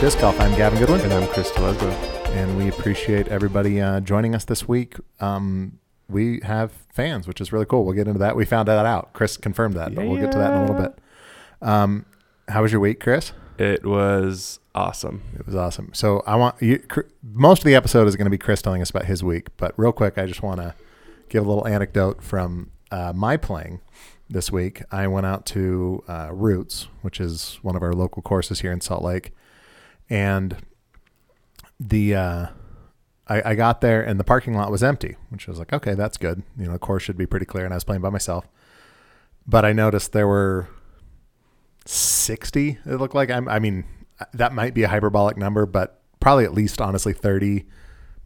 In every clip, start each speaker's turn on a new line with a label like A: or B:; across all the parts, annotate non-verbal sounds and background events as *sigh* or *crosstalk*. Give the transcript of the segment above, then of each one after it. A: Disc Golf. I'm Gavin Goodwin.
B: And I'm Chris Teleslo.
A: and we appreciate everybody uh, joining us this week. Um, we have fans, which is really cool. We'll get into that. We found that out. Chris confirmed that, but we'll get to that in a little
B: Yeah.
A: bit. Um, how was your week, Chris?
B: It was awesome.
A: It was awesome. So I want you. Cr- Most of the episode is going to be Chris telling us about his week, but real quick, I just want to give a little anecdote from uh, my playing this week. I went out to uh, Roots, which is one of our local courses here in Salt Lake, and the uh, I, I got there and the parking lot was empty, which was like, okay, that's good. You know, the course should be pretty clear, and I was playing by myself. But I noticed there were 60 it looked like I'm, i mean that might be a hyperbolic number but probably at least honestly 30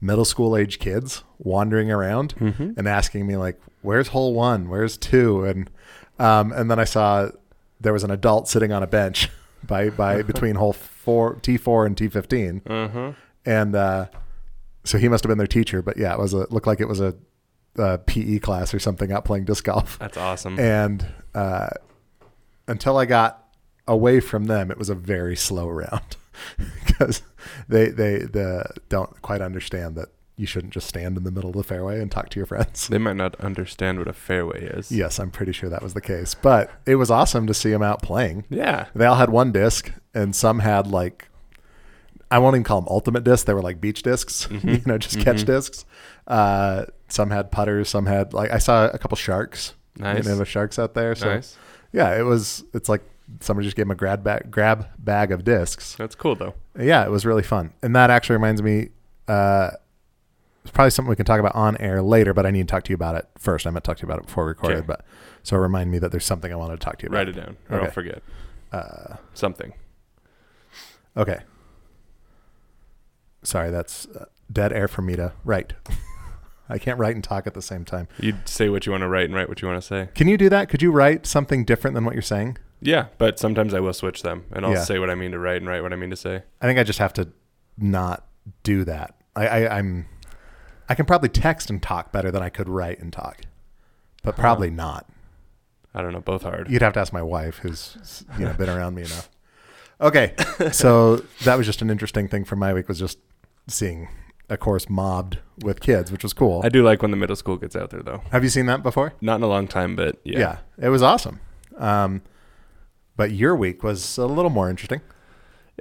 A: middle school age kids wandering around and asking me like where's hole one where's two and um, and then i saw there was an adult sitting on a bench *laughs* by by between hole four t4 and t15
B: Mm-hmm.
A: and uh, so he must have been their teacher but yeah it was a looked like it was a, uh pe class or something out playing disc golf
B: That's awesome.
A: and uh, until I got away from them, it was a very slow round *laughs* because they they the don't quite understand that you shouldn't just stand in the middle of the fairway and talk to your friends.
B: they might not understand what a fairway is.
A: Yes, I'm pretty sure that was the case, but it was awesome to see them out playing.
B: Yeah.
A: They all had one disc, and some had like I won't even call them ultimate discs. They were like beach discs, *laughs*
B: Mm-hmm.
A: you know, just catch discs. Uh, some had putters. Some had like I saw a couple sharks.
B: Nice.
A: You know, the sharks out there. So
B: Nice.
A: yeah, it was. It's like somebody just gave him a grab bag, grab bag of discs.
B: That's cool though.
A: Yeah, it was really fun, and that actually reminds me. Uh, it's probably something we can talk about on air later, but I need to talk to you about it first. I meant to talk to you about it before we recorded,
B: Okay.
A: but so remind me that there's something I wanted to talk to you about.
B: Write it down or
A: Okay.
B: I'll forget. Uh, Something.
A: Okay. Sorry, that's uh, dead air for me to write. *laughs* I can't write and talk at the same time.
B: You say what you want to write and write what you want to say.
A: Can you do that? Could you write something different than what you're saying?
B: Yeah, but sometimes I will switch them and I'll
A: Yeah.
B: say what I mean to write and write what I mean to say.
A: I think I just have to not do that. I, I, I'm I can probably text and talk better than I could write and talk, but
B: Uh-huh.
A: probably not.
B: I don't know. Both hard.
A: You'd have to ask my wife, who's you know been around me enough.
B: *laughs*
A: Okay, so that was just an interesting thing from my week was just seeing a course mobbed with kids, which was cool.
B: I do like when the middle school gets out there though.
A: have you seen that before?
B: Not in a long time, but yeah.
A: Yeah, it was awesome. Um, but your week was a little more interesting,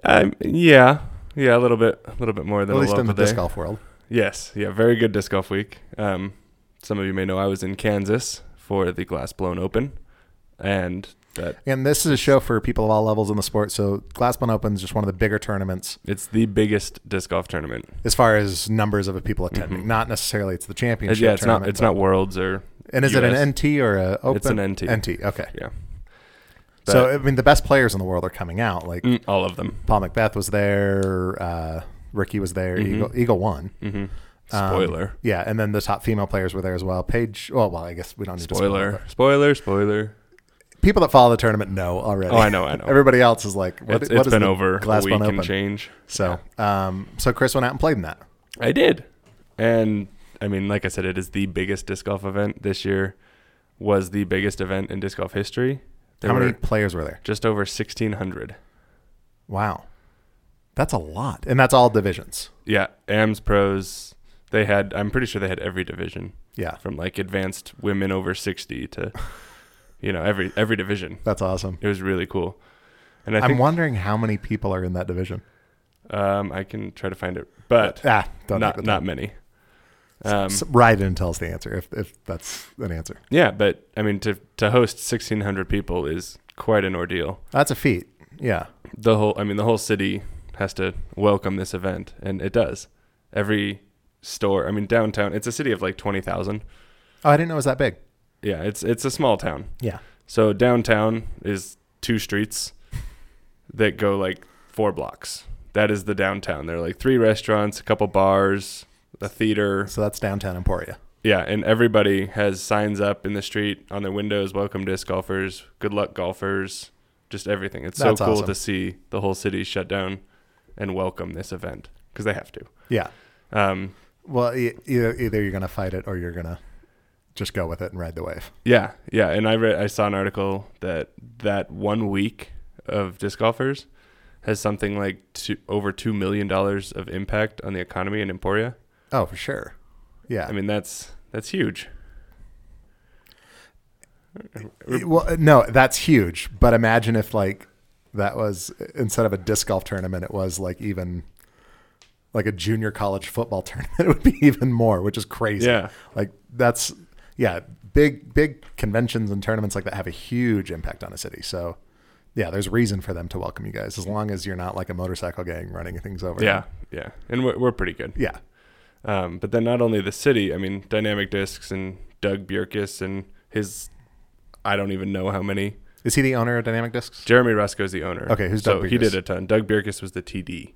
B: Um, yeah. Yeah, a little bit, a little bit more
A: at
B: than a
A: least in the
B: local day.
A: disc golf world.
B: Yes, yeah, very good disc golf week. Um, some of you may know I was in Kansas for the Glass Blown Open, and that
A: And this is a show for people of all levels in the sport. So Glassman Open is just one of the bigger tournaments
B: it's the biggest disc golf tournament.
A: as far as numbers of people attending. Not necessarily it's the
B: Uh,
A: championship.
B: Mm-hmm. yeah, it's not
A: tournament,
B: it's
A: but-
B: not worlds or
A: And is it
B: US.
A: an NT or a open?
B: It's an NT.
A: NT. Okay.
B: yeah,
A: so
B: But-
A: I mean, the best players in the world are coming out. Like
B: Mm, all of them.
A: Paul McBeth was there. Uh, Ricky was there. Eagle, Eagle won.
B: hmm
A: Um,
B: Mm-hmm. Spoiler,
A: Yeah, and then the top female players were there as well. Paige. Well, well, I guess we don't need to
B: spoiler,
A: spoil.
B: spoiler, spoiler.
A: but People that follow the tournament know already.
B: Oh, I know, I know.
A: *laughs* Everybody else is like, what,
B: it's
A: what
B: it's
A: is
B: been
A: the
B: over a
A: Glass
B: week
A: Bun
B: and
A: Open?
B: change.
A: So, um, so Chris went out and played in that.
B: I did. And I mean, like I said, it is the biggest disc golf event this year. Was the biggest event in disc golf history. There
A: How many
B: were
A: players were there?
B: Just over sixteen hundred.
A: Wow. That's a lot. And that's all divisions.
B: Yeah, AMS pros. They had. I'm pretty sure they had every division
A: Yeah.
B: from like advanced women over
A: *laughs*
B: 60 to, you know, every every division.
A: That's awesome.
B: It was really cool. And I
A: I'm
B: think
A: wondering how many people are in that division.
B: um, I can try to find it, but
A: Ah, don't
B: not
A: take the
B: not
A: time.
B: many. Um,
A: S- Write in and tell us the answer if, if that's an answer.
B: yeah, but I mean, to to host 1,600 people is quite an ordeal.
A: That's a feat. Yeah.
B: The whole, I mean, the whole city has to welcome this event, and it does. Every store, I mean, downtown, it's a city of like 20,000.
A: Oh, I didn't know it was that big.
B: Yeah, it's it's a small town.
A: Yeah.
B: So downtown is two streets that go like four blocks. That is the downtown. There are like three restaurants, a couple bars, a theater.
A: So that's downtown Emporia.
B: Yeah, and everybody has signs up in the street on their windows, welcome disc golfers, good luck golfers, just everything. It's
A: That's
B: so cool
A: awesome.
B: to see the whole city shut down and welcome this event because they have to.
A: Yeah.
B: Um,
A: Well, e- either, either you're going to fight it or you're going to just go with it and ride the wave.
B: Yeah, yeah, and I read I saw an article that that one week of disc golfers has something like two, over two million dollars of impact on the economy in Emporia.
A: Oh, for sure. Yeah.
B: I mean, that's that's huge.
A: It- well, no, that's huge. But imagine if like that was instead of a disc golf tournament, it was like even like a junior college football *laughs* tournament. It would be even more, which is crazy.
B: Yeah.
A: Like that's yeah, big big conventions and tournaments like that have a huge impact on a city. So yeah, there's reason for them to welcome you guys as long as you're not like a motorcycle gang running things over.
B: Yeah, yeah, and we're we're pretty good.
A: Yeah.
B: Um, but then not only the city, I mean, Dynamic Discs and Doug Bjerkis and his, I don't even know how many.
A: Is he the owner of Dynamic Discs?
B: Jeremy Rusko is the owner.
A: Okay, who's Doug
B: so he
A: Bjerkes?
B: did a ton. Doug Bjerkis was the TD.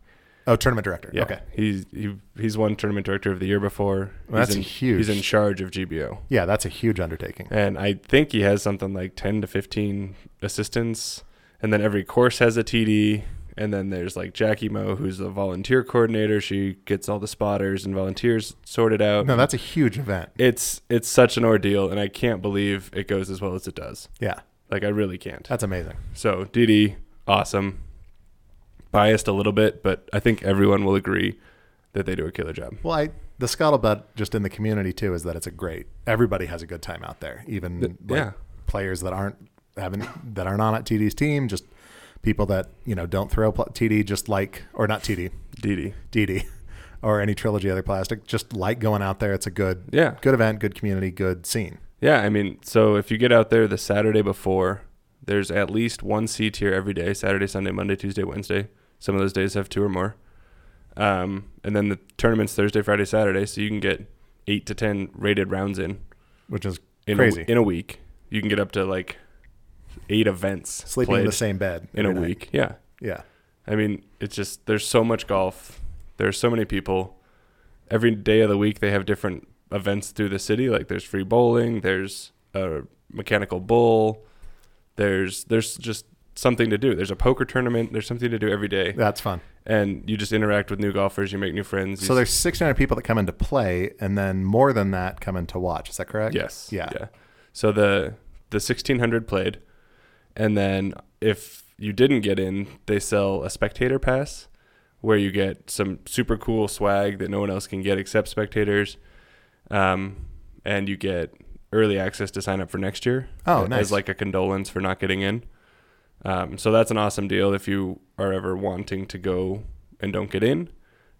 A: Oh, tournament director.
B: Yeah,
A: Okay.
B: he's he, he's won tournament director of the year before.
A: Well,
B: He's
A: that's
B: in,
A: huge.
B: He's in charge of GBO,
A: Yeah, that's a huge undertaking.
B: and I think he has something like ten to fifteen assistants, and then every course has a TD. And then there's like Jackie Mo, who's the volunteer coordinator. She gets all the spotters and volunteers sorted out.
A: No, that's a huge event.
B: it's it's such an ordeal and I can't believe it goes as well as it does.
A: Yeah.
B: Like I really can't.
A: That's amazing.
B: So DD, awesome. Biased a little bit, but I think everyone will agree that they do a killer job.
A: Well, I, the scuttlebutt just in the community too is that it's a great. Everybody has a good time out there, even
B: Th-
A: like
B: yeah.
A: players that aren't having that aren't on at TD's team. Just people that you know don't throw pl- TD, just like or not TD,
B: DD.
A: DD, *laughs* or any trilogy other plastic. Just like going out there. It's a good,
B: Yeah.
A: good event, good community, good scene.
B: Yeah, I mean, so if you get out there the Saturday before, there's at least one C tier every day, Saturday, Sunday, Monday, Tuesday, Wednesday. Some of those days have two or more. Um, and then the tournament's Thursday, Friday, Saturday, so you can get 8 to 10 rated rounds in.
A: Which is
B: in
A: Crazy.
B: A, in a week. You can get up to like eight events
A: sleeping in
B: played
A: the same bed
B: in a
A: every night.
B: week. Yeah,
A: Yeah,
B: I mean, it's just there's so much golf. There's so many people. Every day of the week, they have different events through the city. Like there's free bowling. There's a mechanical bull. There's there's just something to do. There's a poker tournament. There's something to do every day,
A: that's fun.
B: and you just interact with new golfers. You make new friends. you
A: So there's 600 people that come in to play, and then more than that come in to watch. Is that correct?
B: Yes.
A: Yeah.
B: So the the sixteen hundred played, and then if you didn't get in, they sell a spectator pass, where you get some super cool swag that no one else can get except spectators, um, and you get early access to sign up for next year.
A: Oh,
B: a-
A: nice.
B: As like a condolence for not getting in. Um, so that's an awesome deal if you are ever wanting to go and don't get in.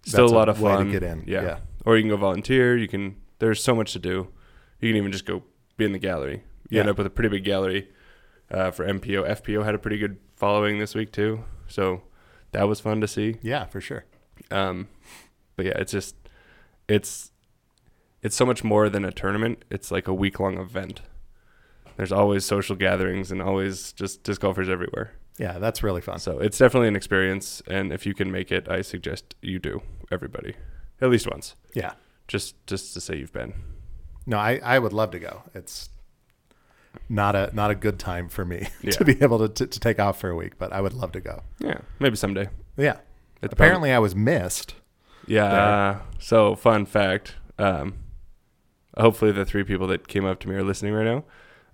B: Still
A: That's
B: a lot of
A: way to
B: fun.
A: get in.
B: Yeah.
A: Yeah.
B: Or you can go volunteer. You can. There's so much to do. You can even just go be in the gallery. You end
A: Yeah.
B: up with a pretty big gallery uh, for MPO. FPO had a pretty good following this week too. So that was fun to see.
A: Yeah, for sure.
B: Um, but yeah, it's just it's it's so much more than a tournament. It's like a week long event. There's always social gatherings and always just disc golfers everywhere.
A: Yeah, that's really fun.
B: So it's definitely an experience, and if you can make it, I suggest you do. Everybody, at least once,
A: Yeah.
B: just just to say you've been.
A: No, I, I would love to go. It's not a not a good time for me *laughs*
B: Yeah.
A: to be able to, to to take off for a week, but I would love to go.
B: Yeah, maybe someday.
A: Yeah.
B: It's
A: Apparently, I was missed.
B: Yeah. so, fun fact. Um, hopefully, the three people that came up to me are listening right now.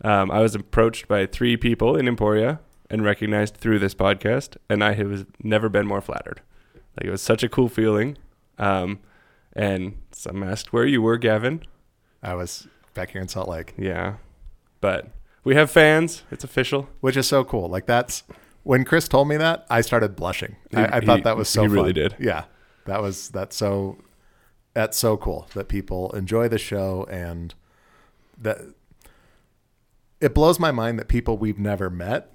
B: Um, I was approached by three people in Emporia and recognized through this podcast, and I have never been more flattered. Like it was such a cool feeling. Um, and some asked where you were, Gavin.
A: I was back here in Salt Lake,
B: Yeah, but we have fans. It's official.
A: which is so cool. Like that's when Chris told me that I started blushing.
B: He-
A: I, I thought
B: he-
A: that was so.
B: he really
A: fun.
B: did.
A: Yeah, that was that's so that's so cool that people enjoy the show and that it blows my mind that people we've never met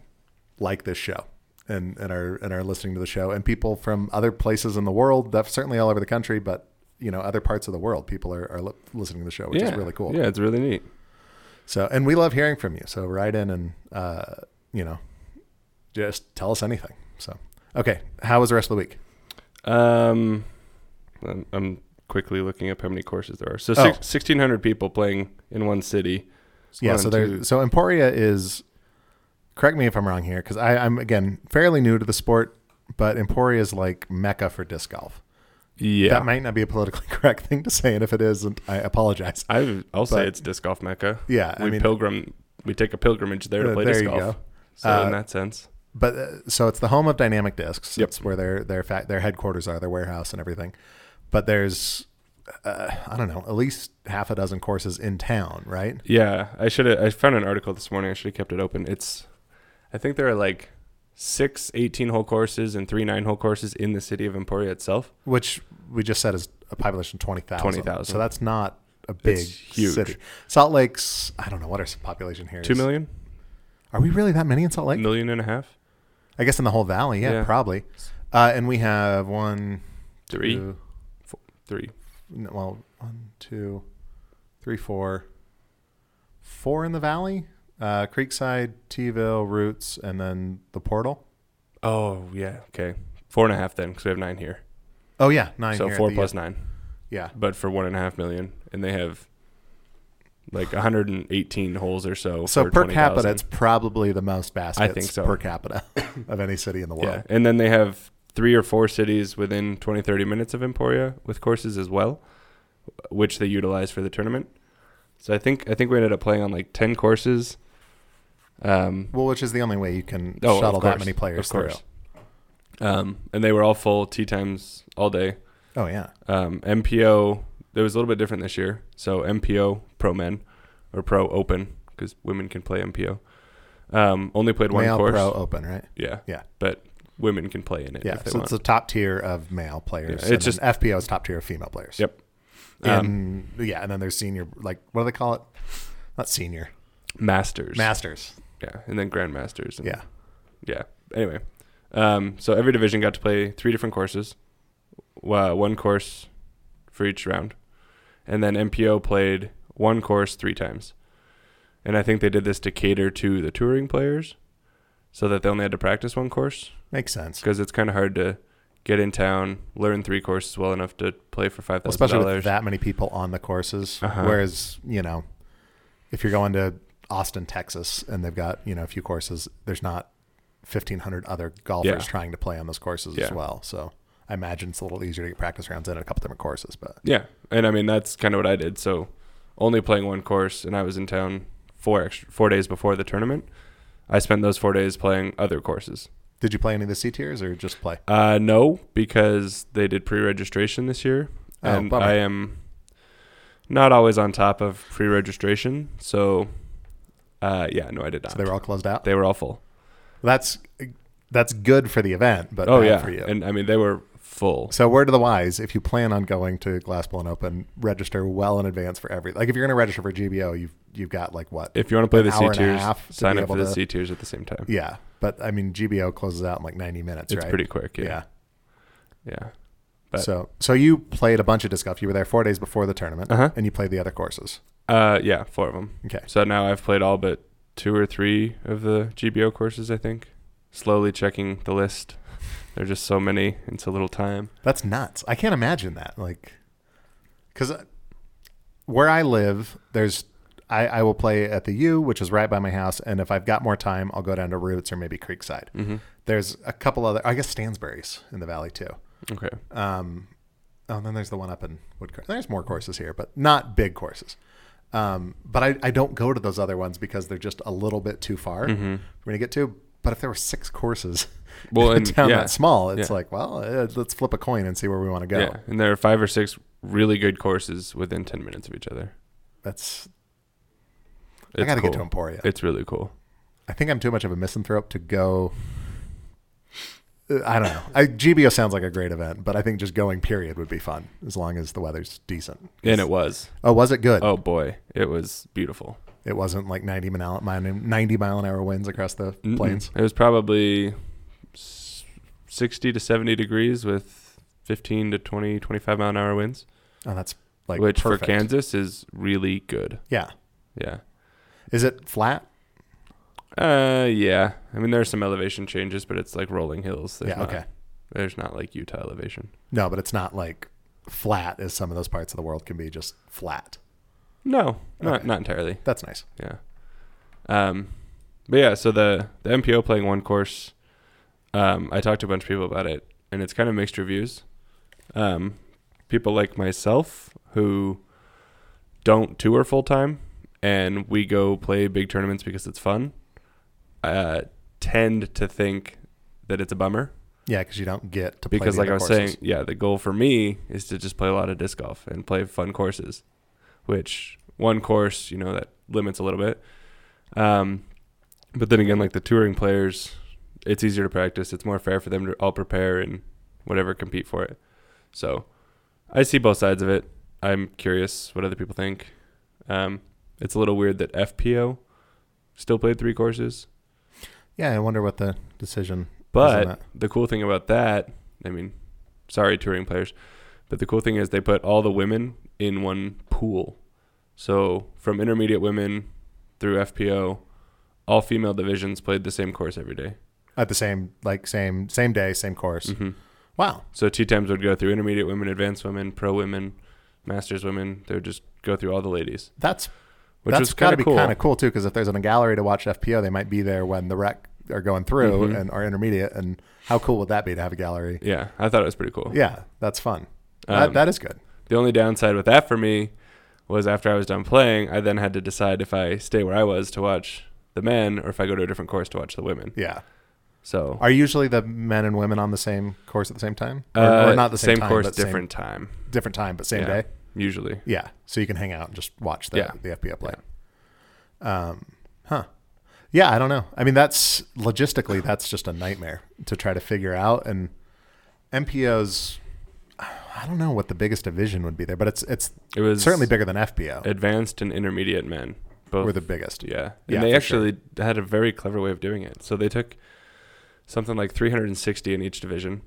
A: like this show and and are and are listening to the show and people from other places in the world that's certainly all over the country but you know other parts of the world people are, are li- listening to the show which
B: yeah,
A: is really cool
B: Yeah, it's really neat.
A: so and we love hearing from you so write in and uh you know just tell us anything so okay how was the rest of the week
B: Um, I'm, I'm quickly looking up how many courses there are. So six,
A: Oh.
B: 1,600 people playing in one city.
A: Yeah,
B: One,
A: so there.
B: two-
A: So Emporia is. Correct me if I'm wrong here, because I'm again fairly new to the sport, but Emporia is like mecca for disc golf.
B: yeah.
A: That might not be a politically *laughs* correct thing to say, and if it isn't, I apologize.
B: I, I'll say
A: but-
B: it's disc golf mecca.
A: Yeah, I
B: we
A: mean,
B: pilgrim. We take a pilgrim. We take a pilgrim. There
A: Uh,
B: to play
A: there
B: disc
A: you
B: golf.
A: go.
B: So
A: Uh,
B: in that sense,
A: but uh, so it's the home of Dynamic Discs.
B: Yep.
A: It's where their their fa- their headquarters are, their warehouse and everything. But there's uh, I don't know, at least half a dozen courses in town, right?
B: Yeah, I should have. I found an article this morning. I should have kept it open. It's, I think there are like six 18 hole courses and three nine hole courses in the city of Emporia itself.
A: Which we just said is a population twenty thousand.
B: 20,000.
A: So that's not a big
B: It's huge.
A: city. Salt Lake's I don't know what our population here is.
B: Two million,
A: Are we really that many in Salt Lake?
B: million and a half,
A: I guess in the whole valley, yeah,
B: Yeah.
A: probably. Uh, and we have one,
B: Three.
A: two-
B: three.
A: n- well, one, two, three, four, four in the valley: uh, Creekside, Teaville, Roots, and then the Portal.
B: Oh yeah, okay, four and a half then, because we have nine here.
A: Oh yeah, nine.
B: so
A: here at
B: four
A: the-
B: plus nine,
A: Yeah,
B: but for one and a half million, and they have like 118 holes or so.
A: so
B: for
A: per
B: 20,000.
A: capita, it's probably the most baskets
B: so.
A: per
B: *coughs*
A: capita of any city in the
B: yeah,
A: world.
B: and then they have three or four cities within 20 30 minutes of Emporia with courses as well, which they utilize for the tournament. So I think I think we ended up playing on like 10 courses. Um,
A: Well, which is the only way you can
B: Oh, of
A: shuttle that
B: course,
A: many players
B: of course. Um, and they were all full tea times all day.
A: through. Oh yeah,
B: Um, MPO, it was a little bit different this year. So MPO pro men or pro open because women can play MPO. Um, only played one
A: male
B: course.
A: pro open, right?
B: Yeah.
A: Yeah.
B: But women can play in it
A: Yeah,
B: if they
A: so
B: want.
A: it's the top tier of male players.
B: Yeah,
A: and
B: it's
A: then
B: just-
A: FPO is top tier of female players.
B: Yep. um,
A: And yeah, and then there's senior, like what do they call it? Not senior,
B: masters.
A: masters.
B: Yeah, and then grandmasters. And
A: Yeah,
B: yeah. Anyway, um, so every division got to play three different courses, uh, one course for each round, and then MPO played one course three times, and I think they did this to cater to the touring players, so that they only had to practice one course
A: makes sense.
B: because it's kind of hard to get in town, learn three courses well enough to play for five thousand
A: Especially with
B: dollars.
A: that many people on the courses.
B: Uh-huh.
A: Whereas you know, if you're going to Austin, Texas, and they've got you know a few courses, there's not 1,500 other golfers
B: Yeah.
A: trying to play on those courses as
B: Yeah.
A: well. So I imagine it's a little easier to get practice rounds in at a couple different courses. But
B: Yeah, and I mean that's kind of what I did. So only playing one course, and I was in town four extra, four days before the tournament. I spent those four days playing other courses.
A: did you play any of the C tiers or just play?
B: Uh, no, because they did pre-registration this year,
A: Oh,
B: and
A: bummer.
B: I am not always on top of pre-registration. So, uh, yeah, no, I did not.
A: So they were all closed out.
B: They were all full.
A: That's that's good for the event, but
B: oh
A: bad
B: yeah,
A: for you.
B: and I mean they were full.
A: so word to the wise, if you plan on going to Glassbone Open, register well in advance for every. Like if you're going to register for GBO, you've you've got like what?
B: If you want to play
A: An
B: the
A: hour
B: C
A: and a
B: tiers,
A: half to
B: sign
A: be
B: up for
A: able
B: the
A: to-
B: C tiers at the same time.
A: yeah, but I mean GBO closes out in like 90 minutes,
B: it's
A: right?
B: pretty quick.
A: yeah.
B: Yeah, yeah. But-
A: So so you played a bunch of disc golf. You were there four days before the tournament,
B: Uh huh.
A: and you played the other courses.
B: Uh, yeah, four of them.
A: Okay.
B: So now I've played all but two or three of the GBO courses, I think. Slowly checking the list. There are just so many in so little time.
A: That's nuts. I can't imagine that. Like, because where I live, there's I, I will play at the U, which is right by my house, and if I've got more time, I'll go down to Roots or maybe Creekside.
B: Mm-hmm.
A: There's a couple other, I guess Stansbury's in the valley too.
B: Okay.
A: Um, oh, and then there's the one up in Woodcrest. There's more courses here, but not big courses. Um, but I, I don't go to those other ones because they're just a little bit too far
B: Mm-hmm.
A: for me to get to. But if there were six courses *laughs* in
B: Well,
A: a
B: and
A: town
B: yeah,
A: that small, it's
B: Yeah.
A: like, well, uh, let's flip a coin and see where we want to go.
B: yeah, and there are five or six really good courses within ten minutes of each other.
A: That's
B: It's
A: I got to
B: cool.
A: get to Emporia.
B: It's really cool.
A: I think I'm too much of a misanthrope to go. Uh, I don't know. I, GBO sounds like a great event, but I think just going period would be fun as long as the weather's decent.
B: And it was.
A: Oh, was it good?
B: Oh boy, it was beautiful.
A: It wasn't like 90 mile, mi- 90 mile an hour winds across the
B: Mm-mm.
A: plains.
B: It was probably s- sixty to seventy degrees with fifteen to 20, 25 mile an hour winds.
A: Oh, that's like
B: which
A: perfect.
B: for Kansas is really good.
A: Yeah.
B: Yeah.
A: Is it flat?
B: Uh yeah. I mean there are some elevation changes, but it's like rolling hills. There's
A: yeah.
B: not,
A: Okay.
B: There's not like Utah elevation.
A: No, but it's not like flat as some of those parts of the world can be just flat.
B: No, not
A: Okay.
B: not entirely.
A: That's nice.
B: Yeah. Um but yeah, so the the MPO playing one course, um, I talked to a bunch of people about it and it's kind of mixed reviews. Um people like myself who don't tour full time and we go play big tournaments because it's fun. Uh tend to think that it's a bummer
A: Yeah, because you don't get to play
B: because
A: the
B: like I
A: other
B: was
A: courses.
B: saying, yeah, the goal for me is to just play a lot of disc golf and play fun courses, which one course, you know, that limits a little bit. Um, but then again, like the touring players, it's easier to practice. It's more fair for them to all prepare and whatever compete for it. So I see both sides of it. I'm curious what other people think. Um, it's a little weird that FPO still played three courses.
A: yeah, I wonder what the decision.
B: But
A: Isn't it?
B: the cool thing about that, I mean, sorry, touring players, but the cool thing is they put all the women in one pool. So from intermediate women through FPO, all female divisions played the same course every day.
A: At the same like same same day, same course.
B: Mhm.
A: Wow.
B: So tea times would go through intermediate women, advanced women, pro women, masters women. They would just go through all the ladies,
A: That's
B: which
A: that's
B: was
A: got
B: kind
A: to
B: of
A: be
B: cool.
A: kind of cool too, because if there's in a gallery to watch FPO, they might be there when the rec are going through
B: Mhm.
A: and are intermediate. And how cool would that be to have a gallery?
B: yeah, I thought it was pretty cool.
A: Yeah, that's fun.
B: Um,
A: that, that is good.
B: The only downside with that for me was after I was done playing, I then had to decide if I stay where I was to watch the men or if I go to a different course to watch the women.
A: Yeah.
B: So
A: Are usually the men and women on the same course at the same time, or,
B: uh,
A: or not the same, time,
B: course,
A: but same-
B: different time,
A: different time, but same
B: Yeah,
A: day?
B: usually.
A: Yeah. So you can hang out and just watch the
B: Yeah.
A: the FPO play. Um, huh. Yeah, I don't know. I mean, that's logistically that's just a nightmare to try to figure out. And MPOs, I don't know what the biggest division would be there, but it's it's
B: It was
A: certainly bigger than FPO.
B: advanced and intermediate men. Both
A: We're the biggest.
B: Yeah. And
A: Yeah,
B: they
A: for sure.
B: actually had a very clever way of doing it. So they took something like 360 in each division,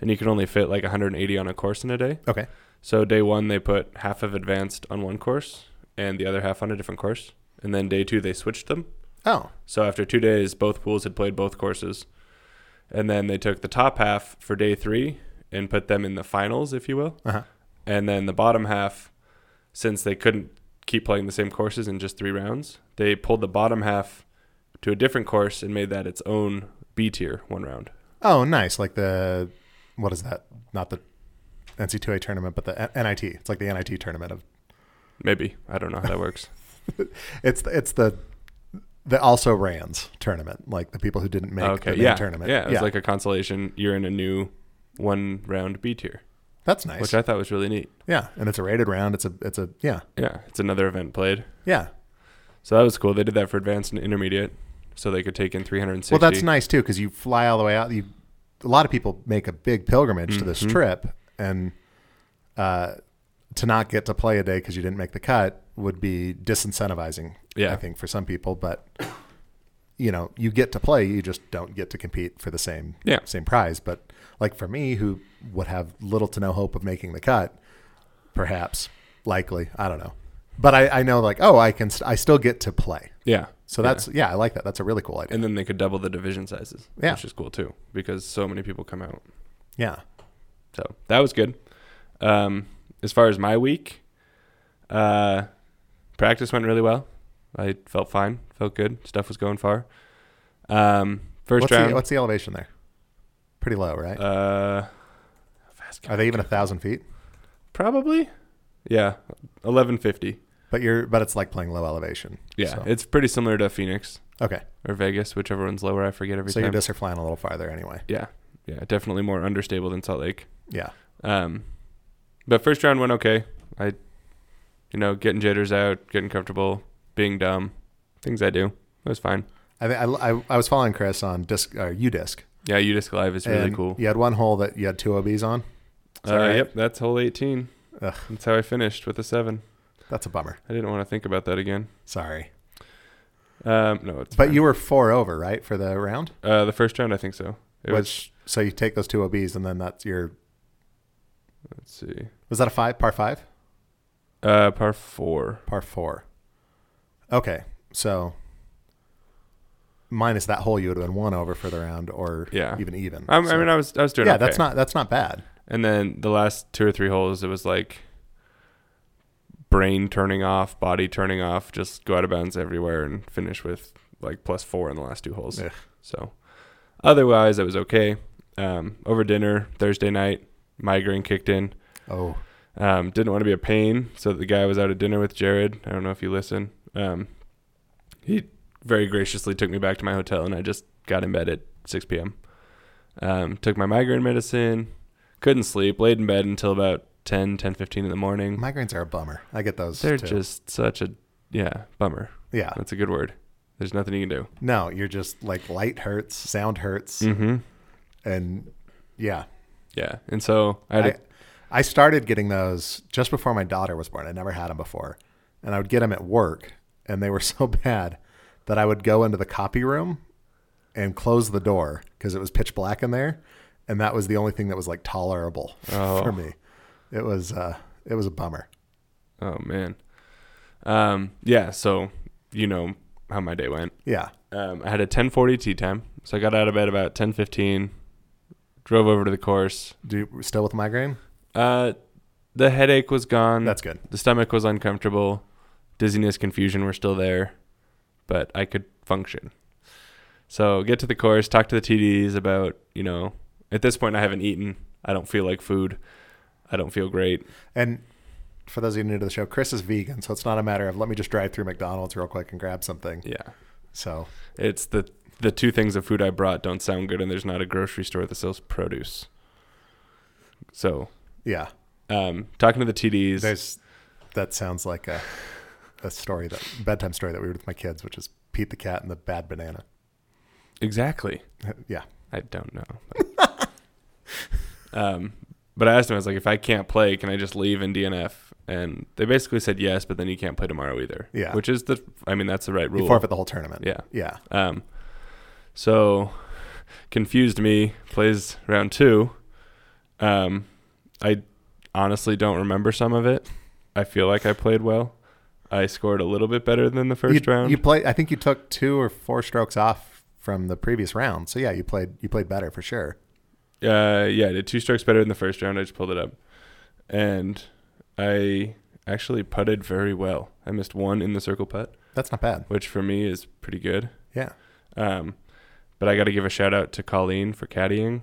B: and you could only fit like 180 on a course in a day.
A: Okay.
B: So day one, they put half of advanced on one course and the other half on a different course. And then day two, they switched them.
A: Oh,
B: So after two days, both pools had played both courses. And then they took the top half for day three and put them in the finals, if you will.
A: Uh-huh.
B: And then the bottom half, since they couldn't keep playing the same courses in just three rounds, they pulled the bottom half to a different course and made that its own B tier one round.
A: oh, nice. Like the what is that? Not the NC2A tournament, but the N- NIT. It's like the NIT tournament of
B: Maybe. I don't know how that works.
A: it's it's the the also rans tournament, like the people who didn't make the main
B: Oh, yeah.
A: tournament.
B: Yeah. It's like a consolation. You're in a new one round B tier,
A: that's nice.
B: which I thought was really neat.
A: Yeah, and it's a rated round. It's a it's a yeah
B: Yeah. It's another event played.
A: yeah.
B: So that was cool. They did that for advanced and intermediate, so they could take in 360.
A: Well, that's nice too because you fly all the way out. You a lot of people make a big pilgrimage to this
B: Mhm.
A: trip, and uh, to not get to play a day because you didn't make the cut would be disincentivizing.
B: Yeah.
A: I think for some people, but you know, you get to play. You just don't get to compete for the same
B: Yeah.
A: same prize. But like for me, who would have little to no hope of making the cut, perhaps likely, I don't know. But I, I know like oh I can st- I still get to play.
B: Yeah.
A: So that's yeah. I like that. That's a really cool idea.
B: And then they could double the division sizes,
A: Yeah.
B: which is cool too, because so many people come out.
A: yeah.
B: So that was good. Um, as far as my week, uh, practice went really well. I felt fine, felt good. Stuff was going far. Um, first
A: What's
B: round.
A: the, what's the elevation there? Pretty low, right?
B: uh, fast
A: Are they even a thousand feet?
B: Probably. Yeah, 1150.
A: But you're but it's like playing low elevation.
B: Yeah,
A: So-
B: it's pretty similar to Phoenix
A: Okay.
B: or Vegas, whichever one's lower. I forget every
A: So
B: time.
A: your discs are flying a little farther anyway.
B: Yeah, yeah, definitely more understable than Salt Lake.
A: Yeah.
B: Um, but first round went okay. I, you know, getting jitters out, getting comfortable, being dumb, things I do. It was fine.
A: I thi- I, I, I was following Chris on disc or U disc.
B: Yeah, UDisc Live is really cool.
A: You had one hole that you had two OBs on. Is
B: uh,
A: that right?
B: Yep, that's hole 18.
A: Ugh.
B: That's how I finished with a seven.
A: That's a bummer.
B: I didn't want to think about that again.
A: Sorry.
B: Um, no, it's
A: But
B: fine.
A: you were four over, right, for the round?
B: uh, the first round, I think so. It was.
A: Which so you take those two OBs and then that's your
B: Let's see.
A: was that a five par five?
B: Uh, par four.
A: Par four. Okay. So minus that hole you would have been one over for the round or
B: Yeah.
A: even even.
B: I, I
A: So-
B: mean, I was I was doing.
A: yeah,
B: okay.
A: that's not that's not bad.
B: And then the last two or three holes, it was like brain turning off, body turning off, just go out of bounds everywhere and finish with like plus four in the last two holes.
A: Ugh.
B: So otherwise, it was okay. Um, over dinner Thursday night, migraine kicked in.
A: Oh,
B: Um, didn't want to be a pain, so the guy I was out at dinner with Jared. I don't know if you listen. Um, he very graciously took me back to my hotel, and I just got in bed at 6 p.m. Um, took my migraine medicine, couldn't sleep, laid in bed until about 10, 10 15 in the morning.
A: Migraines are a bummer. I get those.
B: They're
A: too.
B: just such a, yeah, bummer.
A: yeah.
B: That's a good word. There's nothing you can do.
A: No, you're just like light hurts, sound hurts,
B: Mm-hmm.
A: and yeah.
B: Yeah. And so I had a
A: I, I started getting those just before my daughter was born. I never had them before, and I would get them at work, and they were *laughs* so bad that I would go into the copy room and close the door because it was pitch black in there, and that was the only thing that was like tolerable
B: Oh.
A: for me. It was uh, it was a bummer.
B: Oh man. Um yeah, so you know how my day went.
A: Yeah,
B: Um I had a 10:40 tea time. So I got out of bed about 10:15, drove over to the course.
A: do you, still with migraine?
B: Uh the headache was gone.
A: That's good.
B: the stomach was uncomfortable. Dizziness, confusion were still there, but I could function. So, get to the course, talk to the TDs about, you know, at this point I haven't eaten. I don't feel like food. I don't feel great.
A: And for those of you new to the show, Chris is vegan, so it's not a matter of let me just drive through McDonald's real quick and grab something.
B: Yeah.
A: So
B: It's the the two things of food I brought don't sound good, and there's not a grocery store that sells produce. So,
A: yeah,
B: um, talking to the TDs,
A: there's that sounds like a a story that bedtime story that we read with my kids, which is Pete the cat and the bad banana. *laughs*
B: exactly.
A: yeah,
B: I don't know. *laughs* but- um, but I asked him, I was like, if I can't play, can I just leave in DNF? And they basically said yes, but then you can't play tomorrow either.
A: Yeah.
B: Which is the, I mean, that's the right
A: you
B: rule.
A: forfeit the whole tournament.
B: Yeah.
A: Yeah,
B: Um, so confused me plays round two. Um, I honestly don't remember some of it. I feel like I played well. I scored a little bit better than the first
A: you,
B: round.
A: You play. I think you took two or four strokes off from the previous round. So yeah, you played. You played better for sure.
B: uh, yeah, I did two strokes better in the first round. I just pulled it up, and I actually putted very well. I missed one in the circle putt,
A: That's not bad.
B: which for me is pretty good.
A: Yeah.
B: Um, but I got to give a shout out to Colleen for caddying.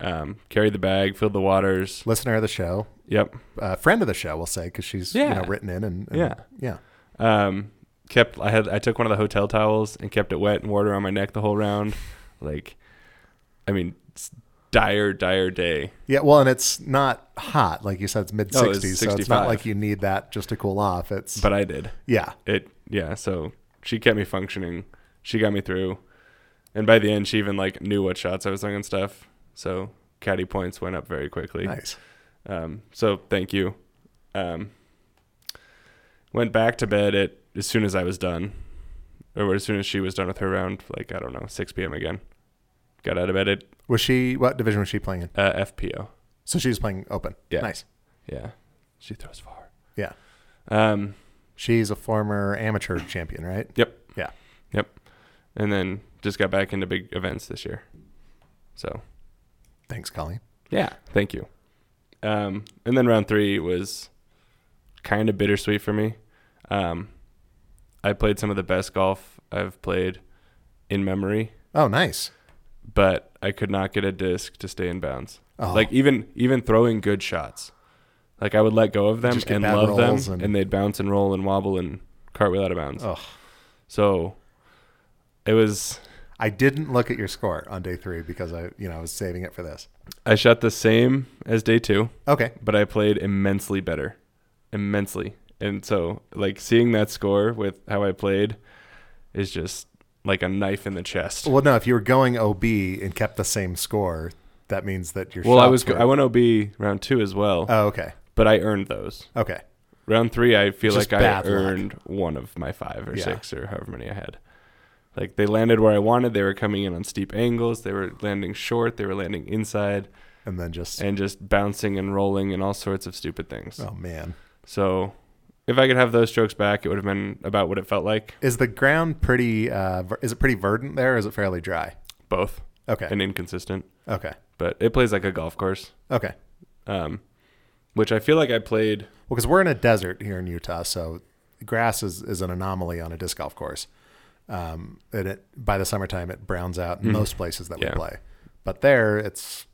B: Um, carried the bag, filled the waters.
A: Listener of the show,
B: Yep.
A: uh, friend of the show, we'll say, because she's you
B: Yeah.
A: know written in and, and
B: Yeah.
A: yeah,
B: Um, kept I had I took one of the hotel towels and kept it wet and wore it around my neck the whole round. Like, I mean, it's dire, dire day.
A: Yeah, well, and it's not hot, like you said. It's mid
B: No, Oh, it's
A: sixties, so it's not
B: 65.
A: like you need that just to cool off. It's
B: But I did
A: yeah,
B: it. Yeah. So she kept me functioning. She got me through, and by the end, she even like knew what shots I was throwing and stuff. So caddy points went up very quickly.
A: nice.
B: Um, so thank you. Um, went back to bed at as soon as I was done, or as soon as she was done with her round, like I don't know, 6 p.m. again. Got out of bed at
A: Was she what division was she playing in?
B: uh, FPO.
A: So she was playing open.
B: Yeah.
A: nice.
B: Yeah, she throws far.
A: Yeah.
B: Um,
A: She's a former amateur champion, right?
B: Yep.
A: Yeah.
B: Yep. And then just got back into big events this year. So
A: Thanks, Colleen.
B: yeah, thank you. Um, and then round three was kind of bittersweet for me. Um, I played some of the best golf I've played in memory,
A: Oh, nice.
B: but I could not get a disc to stay in bounds.
A: Oh,
B: Like even even throwing good shots, like I would let go of them
A: Just get
B: and
A: bad
B: love
A: rolls
B: them,
A: and-
B: and... they'd bounce and roll and wobble and cartwheel out of bounds.
A: Ugh.
B: So it was.
A: I didn't look at your score on day three because I, you know, I was saving it for this.
B: I shot the same as day two.
A: Okay.
B: but I played immensely better, immensely. And so, like seeing that score with how I played is just like a knife in the chest. Well,
A: Well, no, if you were going OB and kept the same score, that means that your
B: I
A: shots
B: was go-
A: were-
B: I went OB round two as well,
A: oh, okay.
B: but I earned those.
A: Okay.
B: Round three, I feel
A: Just
B: like I
A: bad luck.
B: earned one of my five or
A: Yeah.
B: six or however many I had. Like they landed where I wanted. They were coming in on steep angles. They were landing short. They were landing inside
A: And then just
B: and just bouncing and rolling and all sorts of stupid things.
A: oh man,
B: So if I could have those strokes back, it would have been about what it felt like.
A: is the ground pretty? Uh, ver- is it pretty verdant there? Or is it fairly dry?
B: both
A: Okay.
B: and inconsistent,
A: Okay.
B: but it plays like a golf course,
A: Okay.
B: um, which I feel like I played.
A: Well, because we're in a desert here in Utah, so grass is, is an anomaly on a disc golf course. Um, and it, by the summertime, it browns out in most places that
B: Mm-hmm. Yeah.
A: we play. But there, it's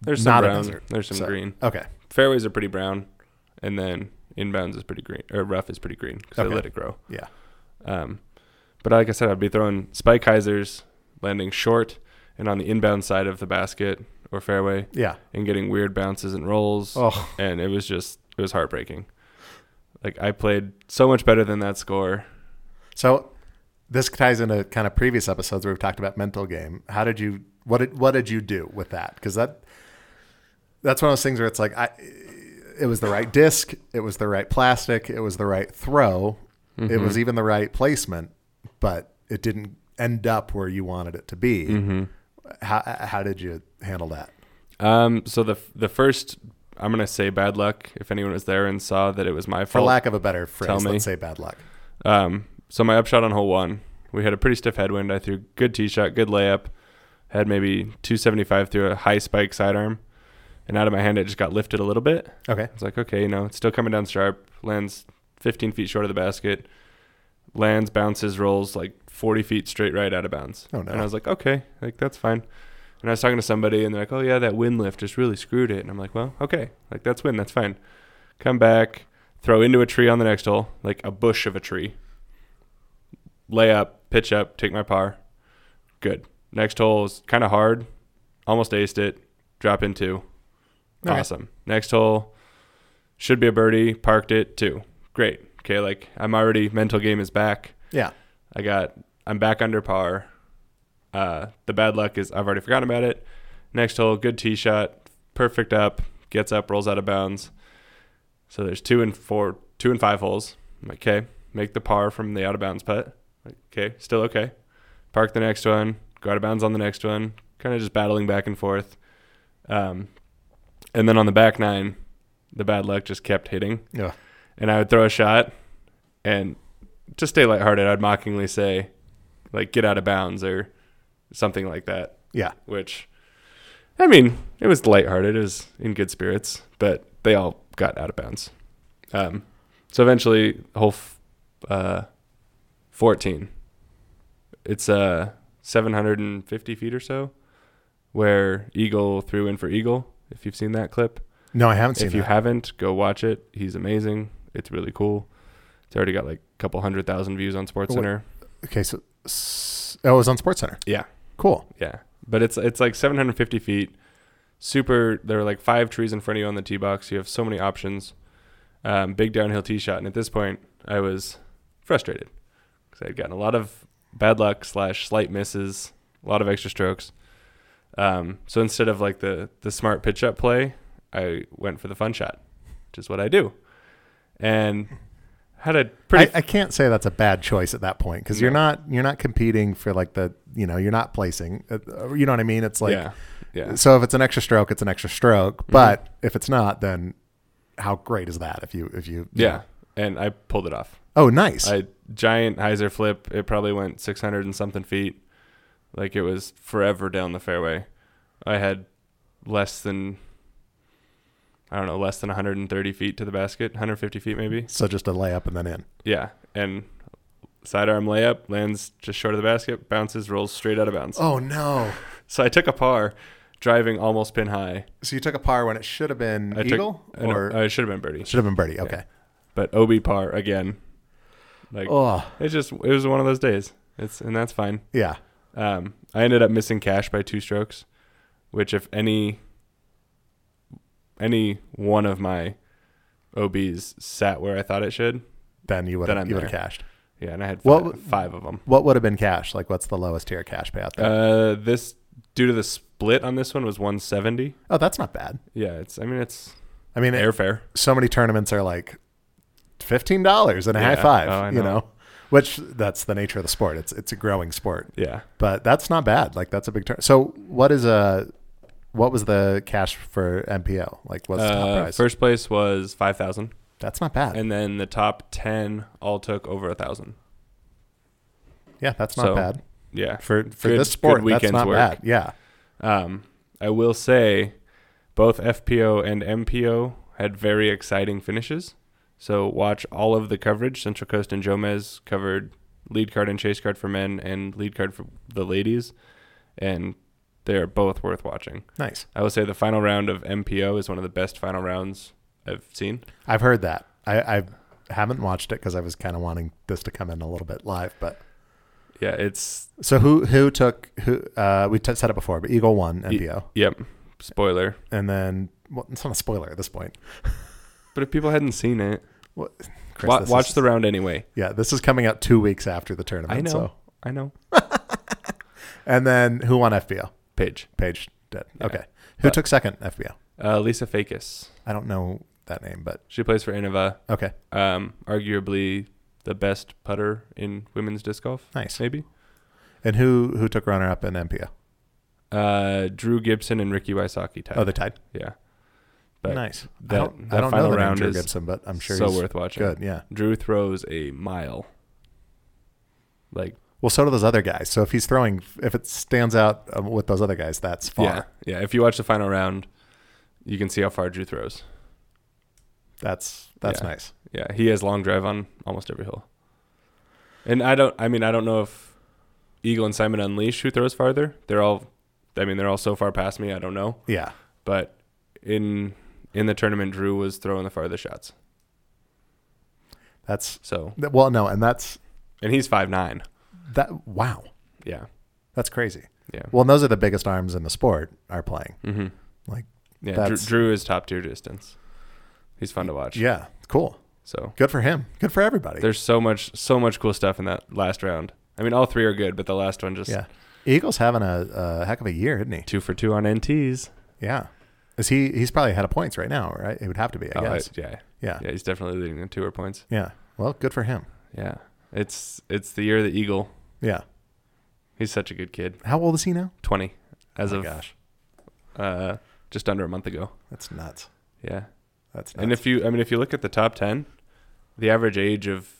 B: There's some
A: not a
B: brown,
A: desert.
B: there's some
A: so-
B: green.
A: Okay.
B: Fairways are pretty brown, and then inbounds is pretty green, or rough is pretty green because I
A: Okay.
B: let it grow.
A: Yeah.
B: Um, but like I said, I'd be throwing spike Heisers, landing short and on the inbound side of the basket or fairway
A: Yeah.
B: and getting weird bounces and rolls.
A: Oh,
B: And it was just, it was heartbreaking. Like I played so much better than that score.
A: so this ties into kind of previous episodes where we've talked about mental game. How did you? What did what did you do with that? Because that that's one of those things where it's like I, it was the right disc, it was the right plastic, it was the right throw, it
B: Mm-hmm.
A: was even the right placement, but it didn't end up where you wanted it to be.
B: Mm-hmm.
A: How how did you handle that?
B: Um, so the, the first, I'm going to say bad luck. If anyone was there and saw that it was my
A: For
B: fault.
A: lack of a better
B: tell
A: phrase,
B: me.
A: let's say bad luck.
B: Um, so my upshot on hole one, we had a pretty stiff headwind. I threw good tee shot, good layup, had maybe 275 through a high spike sidearm, and out of my hand it just got lifted a little bit.
A: Okay.
B: It's like okay, you know, it's still coming down sharp. Lands 15 feet short of the basket, lands, bounces, rolls like 40 feet straight right out of bounds.
A: Oh, no.
B: And I was like, okay, like that's fine. And I was talking to somebody, and they're like, oh yeah, that wind lift just really screwed it. And I'm like, well, okay, like that's wind, that's fine. Come back, throw into a tree on the next hole, like a bush of a tree. Lay up, pitch up, take my par. Good. Next hole is kind of hard. Almost aced it. Drop in two.
A: Okay.
B: Awesome. Next hole should be a birdie. Parked it two. Great. Okay, like I'm already mental game is back.
A: Yeah.
B: I got I'm back under par. Uh, the bad luck is I've already forgotten about it. Next hole, good tee shot, perfect up, gets up, rolls out of bounds. So there's two and four, two and five holes. I'm like, okay, make the par from the out of bounds putt. Like, okay, still okay. Park the next one, go out of bounds on the next one. Kind of just battling back and forth. Um, and then on the back nine, the bad luck just kept hitting
A: Yeah.
B: and I would throw a shot, and to stay lighthearted, I'd mockingly say, like, "Get out of bounds" or something like that.
A: Yeah.
B: Which, I mean, it was lighthearted. It was in good spirits, but they all got out of bounds. Um, so eventually, whole f- uh, fourteen. It's uh seven hundred and fifty feet or so, where Eagle threw in for Eagle. If you've seen that clip,
A: No, I haven't seen
B: if you
A: that.
B: haven't, go watch it. He's amazing. It's really cool. It's already got like a couple hundred thousand views on Sports
A: What-
B: Center.
A: okay, so s- oh, it was on Sports Center.
B: Yeah,
A: Cool.
B: yeah. But it's it's like 750 feet. Super. There are like five trees in front of you on the tee box. You have so many options. Um, big downhill tee shot. And at this point, I was frustrated because I had gotten a lot of bad luck slash slight misses, a lot of extra strokes. Um, so instead of like the the smart pitch up play, I went for the fun shot, which is what I do, and had a pretty.
A: I, I can't say that's a bad choice at that point because you're
B: No.
A: not you're not competing for like the you know you're not placing. Uh, you know what I mean? It's like
B: yeah, yeah. Mm-hmm.
A: so if it's an extra stroke, it's an extra stroke. But if it's not, then how great is that? If you if you
B: Yeah. And I pulled it off.
A: Oh, nice.
B: I giant hyzer flip. It probably went 600 and something feet. Like it was forever down the fairway. I had less than, I don't know, less than 130 feet to the basket, 150 feet maybe.
A: so just a layup and then in.
B: Yeah. And sidearm layup lands just short of the basket, bounces, rolls straight out of bounds.
A: Oh no!
B: So I took a par driving almost pin high.
A: So you took a par when it should have been
B: I
A: eagle
B: took, I know-
A: or
B: uh, it should have been birdie,
A: should have been birdie. Okay.
B: but OB par again. Like
A: Oh
B: it's just, it was one of those days. It's, and that's fine.
A: yeah.
B: Um, I ended up missing cash by two strokes, which if any any one of my OBs sat where I thought it should,
A: Then you would
B: Then
A: have
B: I'm
A: you would have
B: there.
A: cashed.
B: yeah, and I had
A: What
B: five,
A: w-
B: five of them.
A: What would have been cash? Like what's the lowest tier cash payout there?
B: Uh, this due to the split on this one was 170.
A: oh, that's not bad.
B: Yeah, it's I mean it's
A: I mean, it-
B: airfare.
A: so many tournaments are like fifteen dollars and a high
B: Yeah.
A: five.
B: Oh, I
A: You
B: know.
A: know, which that's the nature of the sport. It's it's a growing sport,
B: Yeah,
A: but that's not bad. Like that's a big turn. So what is a what was the cash for MPO? Like what's the top
B: uh,
A: price?
B: first place was 5,000,
A: that's not bad.
B: and then the top 10 all took over a thousand.
A: yeah, that's not
B: so,
A: bad
B: Yeah,
A: for for
B: good-
A: this sport.
B: good
A: That's
B: weekend's
A: not
B: work.
A: bad. Yeah.
B: Um, I will say both FPO and MPO had very exciting finishes. So watch all of the coverage. Central Coast and Jomez covered lead card and chase card for men and lead card for the ladies. And they are both worth watching.
A: Nice.
B: I will say the final round of MPO is one of the best final rounds I've seen.
A: I've heard that. I, I haven't watched it because I was kind of wanting this to come in a little bit live, but
B: yeah, it's
A: So who who took who? Uh, we t- said it before, but Eagle won
B: E
A: NPO,
B: yep. Spoiler.
A: and then well, it's not a spoiler at this point.
B: But if people hadn't seen it,
A: Chris,
B: wa-
A: this
B: watch
A: is-
B: the round anyway.
A: Yeah, this is coming out two weeks after the tournament.
B: I know.
A: So.
B: I know.
A: And then who won FBO?
B: Paige.
A: Paige did.
B: Yeah.
A: Okay. Who
B: But-
A: took second FBO?
B: Uh, Lisa Fakis.
A: I don't know that name, but
B: She plays for Innova.
A: okay,
B: Um, arguably the best putter in women's disc golf,
A: nice.
B: maybe.
A: And who who took runner up in MPO?
B: Uh, Drew Gibson and Ricky Wysocki tied.
A: Oh, they tied.
B: yeah. But
A: nice.
B: that-
A: I don't,
B: that
A: I don't
B: final
A: know the
B: round
A: name Drew
B: is
A: Gibson, but I'm sure
B: so
A: he's
B: worth watching.
A: good. Yeah.
B: Drew throws a mile. Like
A: Well, so do those other guys. So if he's throwing, if it stands out um, with those other guys, that's far.
B: yeah, yeah. If you watch the final round, you can see how far Drew throws.
A: That's that's
B: Yeah.
A: nice.
B: Yeah, he has long drive on almost every hole. And I don't. I mean, I don't know if Eagle and Simon Unleash who throws farther. They're all. I mean, they're all so far past me. I don't know.
A: Yeah.
B: But in in the tournament, Drew was throwing the farthest shots.
A: That's
B: So
A: that- well, no, and that's
B: and he's five nine.
A: that. Wow,
B: Yeah.
A: that's crazy.
B: Yeah.
A: Well, and those are the biggest arms in the sport are playing.
B: Mm-hmm.
A: Like,
B: yeah, Drew,
A: that's-
B: Drew is top tier distance. He's fun to watch.
A: Yeah. Cool.
B: So
A: Good for him. Good for everybody.
B: there's so much so much cool stuff in that last round. I mean, all three are good, but the last one just
A: yeah. Eagles having a, a heck of a year, isn't he?
B: two for two on NTs.
A: Yeah. Is he? He's probably ahead of points right now, right? It would have to be, I
B: Oh,
A: guess. Uh.
B: yeah,
A: yeah. yeah.
B: yeah. He's definitely leading in tour points.
A: Well, good for him.
B: Yeah, it's it's the year of the eagle.
A: Yeah.
B: He's such a good kid.
A: How old is he now?
B: Twenty, as
A: Oh my
B: of
A: gosh,
B: uh, just under a month ago.
A: that's nuts.
B: Yeah,
A: That's nuts.
B: and if you I mean if you look at the top ten, the average age of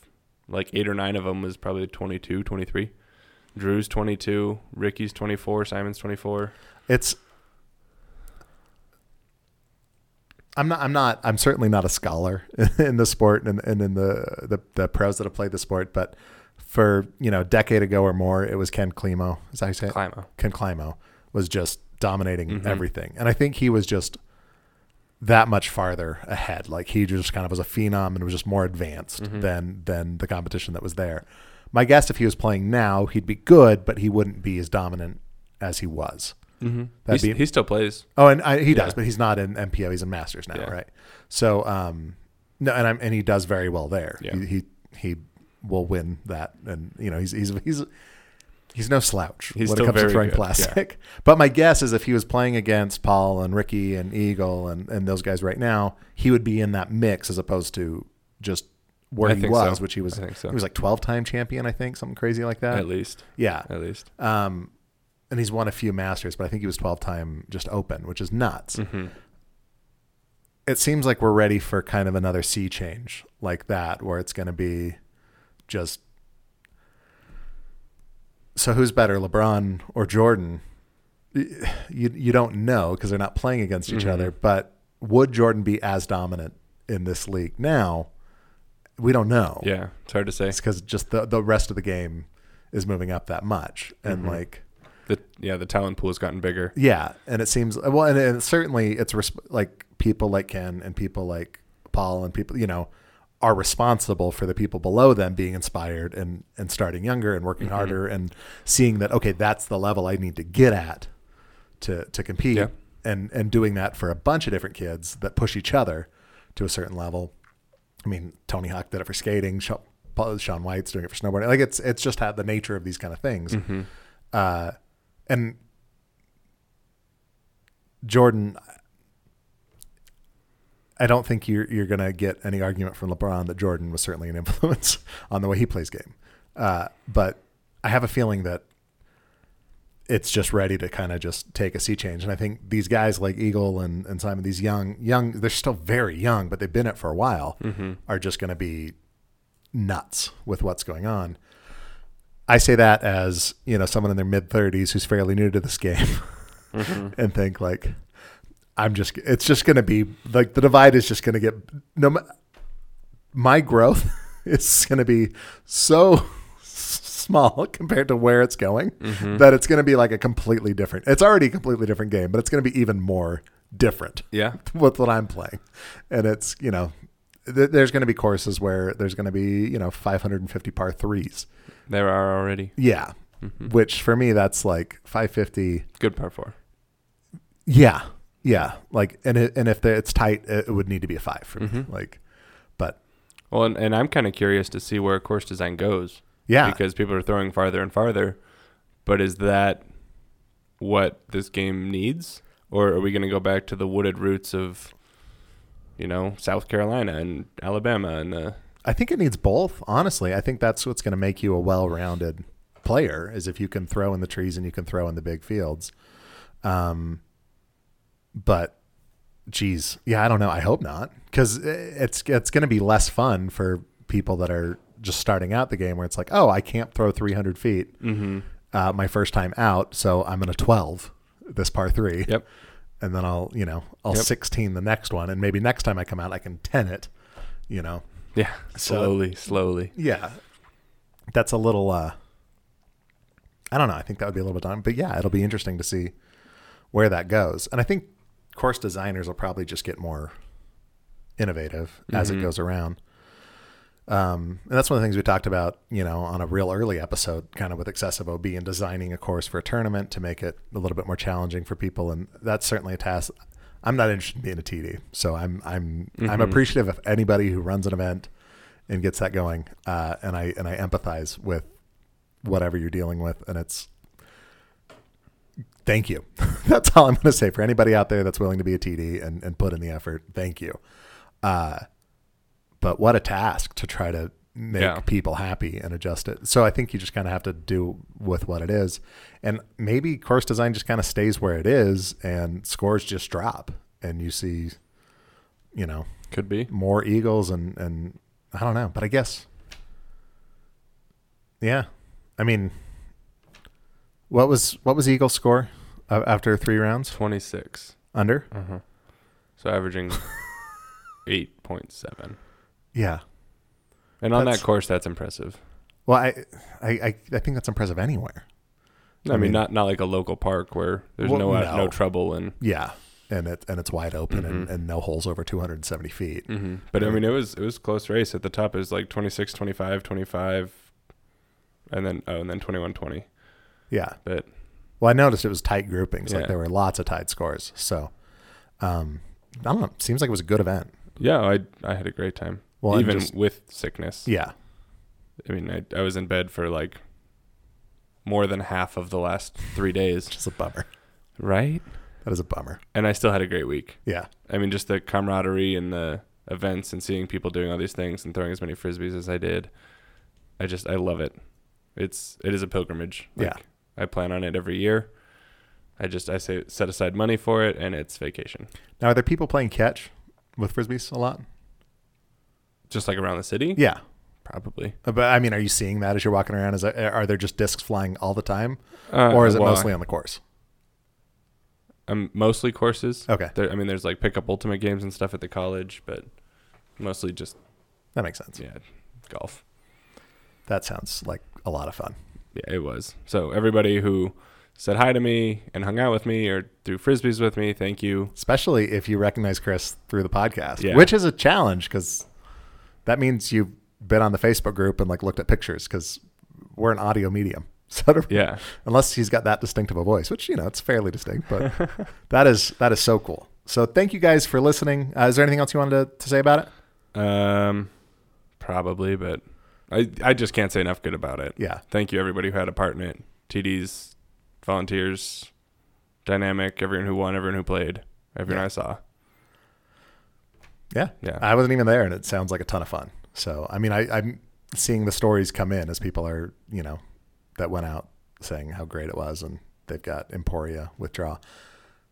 B: like eight or nine of them was probably 22, 23. Drew's 22, Ricky's 24, Simon's 24.
A: it's I'm not. I'm not. I'm certainly not a scholar *laughs* in the sport and, and in the, the the pros that have played the sport. But for you know, a decade ago or more, it was Ken Klimo. Is that how you say it?
B: Climo.
A: Ken Climo was just dominating
B: Mhm.
A: everything. And I think he was just that much farther ahead. Like he just kind of was a phenom and was just more advanced
B: Mhm.
A: than than the competition that was there. My guess if he was playing now, he'd be good, but he wouldn't be as dominant as he was.
B: Mm-hmm.
A: That'd
B: He's,
A: be-
B: he still plays.
A: Oh, and I, he does,
B: Yeah.
A: but he's not in MPO. He's in Masters now,
B: Yeah.
A: right? So, um, no, and I'm and he does very well there.
B: Yeah.
A: He, he he will win that, and you know he's he's he's he's no slouch
B: He's
A: when it
B: still
A: comes to
B: very
A: throwing
B: good, yeah.
A: plastic. *laughs* But my guess is if he was playing against Paul and Ricky and Eagle and and those guys right now, he would be in that mix as opposed to just where
B: I
A: he
B: think
A: was,
B: so.
A: which he was.
B: I think so.
A: He was like "Ah." twelve time champion, I think, something crazy like that.
B: at least,
A: Yeah,
B: at least.
A: um, and he's won a few Masters, but I think he was twelve time just Open, which is nuts
B: Mm-hmm.
A: it seems like we're ready for kind of another sea change like that where it's going to be just so who's better lebron or jordan Y- you you don't know because they're not playing against each
B: Mhm.
A: other but would jordan be as dominant in this league now we don't know
B: Yeah, it's hard to say.
A: it's because just the, the rest of the game is moving up that much and
B: Mhm.
A: like
B: The, yeah, the talent pool has gotten bigger.
A: yeah, and it seems well, and, and certainly it's resp- like people like Ken and people like Paul and people you know are responsible for the people below them being inspired and and starting younger and working harder and seeing that okay, that's the level I need to get at to to compete
B: Yeah.
A: and and doing that for a bunch of different kids that push each other to a certain level. I mean, Tony Hawk did it for skating. Sha- Paul- Sean White's doing it for snowboarding. Like it's it's just had the nature of these kind of things. Uh, and Jordan, I don't think you're you're gonna get any argument from LeBron that Jordan was certainly an *laughs* influence on the way he plays game. Uh, but I have a feeling that it's just ready to kind of just take a sea change. And I think these guys like Eagle and, and Simon, these young young, they're still very young, but they've been it for a while, are just going to be nuts with what's going on. I say that as you know someone in their mid 30s who's fairly new to this game, and think like, I'm just it's just going to be like the divide is just going to get no. ma- My growth *laughs* is going to be so *laughs* small compared to where it's going that it's going to be like a completely different. It's already a completely different game, but it's going to be even more different *laughs*
B: Yeah,
A: with what I'm playing, and it's you know th- there's going to be courses where there's going to be you know 550 par threes.
B: There are already.
A: Yeah,
B: Mhm.
A: which for me that's like 550.
B: Good par four.
A: Yeah, yeah. Like and it, and if the, it's tight, it, it would need to be a five for me.
B: Mhm.
A: Like, but
B: Well, and, and I'm kind of curious to see where course design goes
A: yeah,
B: because people are throwing farther and farther. But is that what this game needs? Or are we going to go back to the wooded roots of, you know, South Carolina and Alabama and uh, the.
A: I think it needs both. Honestly, I think that's what's going to make you a well-rounded player is if you can throw in the trees and you can throw in the big fields. Um, but geez, yeah, I don't know. I hope not because it's it's going to be less fun for people that are just starting out the game where it's like, oh, I can't throw 300 feet
B: Mm-hmm.
A: uh, my first time out, so I'm going to 12 this par three.
B: Yep.
A: And then I'll, you know, I'll
B: Yep.
A: 16 the next one, and maybe next time I come out, I can 10 it. You know,
B: Yeah.
A: So-
B: Slowly, *laughs* slowly.
A: yeah that's a little uh i don't know i think that would be a little bit done but yeah it'll be interesting to see where that goes and i think course designers will probably just get more innovative as it
B: Mhm.
A: goes around um, and that's one of the things we talked about, you know, on a real early episode, kind of with excessive OB and designing a course for a tournament to make it a little bit more challenging for people. And that's certainly a task. I'm not interested in being a TD, so I'm I'm I'm
B: Mhm.
A: appreciative of anybody who runs an event and gets that going. Uh, and I and I empathize with whatever you're dealing with, and it's thank you. *laughs* that's all I'm going to say for anybody out there that's willing to be a TD and and put in the effort. Thank you. Uh, but what a task to try to make
B: Yeah.
A: people happy and adjust it. So I think you just kind of have to do with what it is. And maybe course design just kind of stays where it is and scores just drop and you see you know
B: Could be.
A: more eagles and and I don't know, but I guess yeah. I mean what was what was eagle score uh, after 3 rounds
B: 26.
A: under?
B: Uh-huh.
A: *laughs*
B: So averaging 8.7.
A: Yeah.
B: And on
A: That's-
B: that course, that's impressive.
A: Well, I I I, I think that's impressive anywhere. I
B: I, mean,
A: mean-
B: not not like a local park where there's
A: Well,
B: no, out-
A: no.
B: no trouble and.
A: Yeah, and it and it's wide open and,
B: Mhm.
A: and no holes over 270 feet.
B: But I mean, it was it was a close race at the top. It was like 26, 25, 25, and then oh, and then 21, 20.
A: Yeah.
B: But
A: Well, I noticed it was tight groupings. Like
B: Yeah.
A: there were lots of tied scores. So, um, I don't know. Seems like it was a good event.
B: yeah, I I had a great time.
A: Well, and
B: even
A: just-
B: with sickness.
A: yeah,
B: I mean, I I was in bed for like more than half of the last three days.
A: just a bummer.
B: Right.
A: That is a bummer.
B: And I still had a great week.
A: Yeah.
B: I mean, just the camaraderie and the events and seeing people doing all these things and throwing as many frisbees as I did. I just I love it. It's it is a pilgrimage.
A: Yeah.
B: I plan on it every year. I just I say set aside money for it and it's vacation.
A: Now, are there people playing catch with frisbees a lot?
B: Just like around the city?
A: Yeah.
B: Probably.
A: But I mean, are you seeing that as you're walking around? Is that, are there just discs flying all the time,
B: Uh,
A: or is it mostly on the course?
B: um, mostly courses?
A: Okay,
B: There, I mean there's like pickup ultimate games and stuff at the college, but mostly just
A: that makes sense.
B: yeah, golf.
A: That sounds like a lot of fun.
B: Yeah, it was. So everybody who said hi to me and hung out with me or threw frisbees with me, thank you.
A: especially if you recognize Chris through the podcast,
B: Yeah.
A: which is a challenge because that means you've been on the Facebook group and like looked at pictures because we're an audio medium. *laughs* So to,
B: Yeah.
A: unless he's got that distinctive a voice, which you know it's fairly distinct, but *laughs* that is that is so cool. So thank you guys for listening. Uh, is there anything else you wanted to, to say about it?
B: Um, probably, but I I just can't say enough good about it.
A: Yeah,
B: Thank you everybody who had a part in it. TDs, volunteers, dynamic, everyone who won, everyone who played, everyone
A: Yeah.
B: I saw.
A: yeah.
B: Yeah,
A: I wasn't even there, and it sounds like a ton of fun. So I mean, I, I'm seeing the stories come in as people are you know that went out saying how great it was, and they've got Emporia withdraw,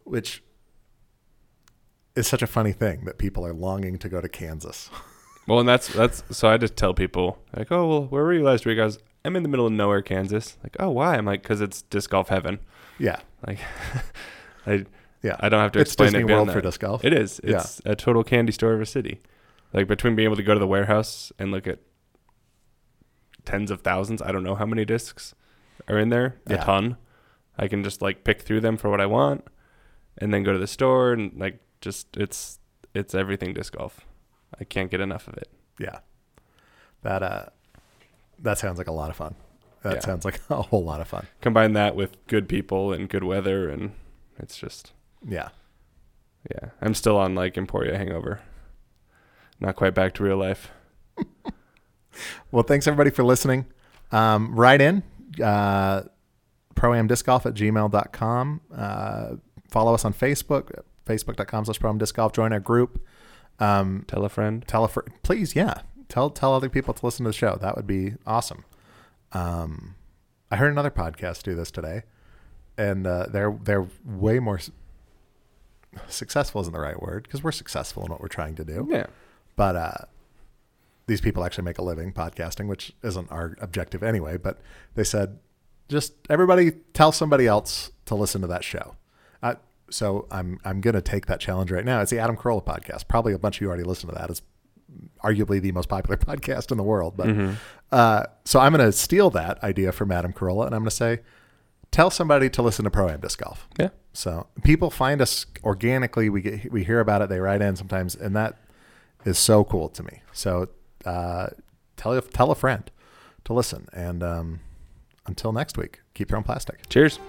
A: which is such a funny thing that people are longing to go to Kansas. *laughs*
B: Well, and that's that's so I just tell people like, oh well, where were you last week? I was I'm in the middle of nowhere, Kansas. Like, oh why? I'm like, cause it's disc golf heaven.
A: yeah,
B: Like, *laughs* I
A: Yeah.
B: I don't have to
A: it's
B: explain
A: Disney
B: it. beyond
A: World
B: that.
A: for disc golf.
B: It is.
A: Yeah.
B: It's a total candy store of a city. Like between being able to go to the warehouse and look at tens of thousands, I don't know how many discs are in there, a
A: Yeah.
B: ton. I can just like pick through them for what I want and then go to the store and like just it's it's everything disc golf. I can't get enough of it.
A: Yeah. That uh that sounds like a lot of fun. That
B: Yeah.
A: sounds like *laughs* a whole lot of fun.
B: Combine that with good people and good weather, and it's just
A: Yeah.
B: yeah. I'm still on like Emporia hangover. Not quite back to real life.
A: Well, thanks everybody for listening. Um, write in uh, proamdiscgolf at gmail.com. Uh, follow us on Facebook, facebook.com slash proamdiscgolf. Join our group. Um,
B: Tell a friend.
A: tell a fr- please, yeah. Tell tell other people to listen to the show. That would be awesome. Um, I heard another podcast do this today, and uh, they're they're way more s- successful isn't the right word because we're successful in what we're trying to do
B: Yeah.
A: but uh, these people actually make a living podcasting, which isn't our objective anyway. But they said, just everybody tell somebody else to listen to that show. Uh, so I'm I'm gonna take that challenge right now. It's the Adam Carolla podcast. Probably a bunch of you already listen to that. It's arguably the most popular *laughs* podcast in the world. But uh, so I'm gonna steal that idea from Adam Carolla, and I'm gonna say, tell somebody to listen to Pro Am Disc Golf.
B: Yeah.
A: So people find us organically. We get we hear about it. They write in sometimes, and that is so cool to me. So uh, tell tell a friend to listen. And um, until next week, keep throwing plastic.
B: Cheers.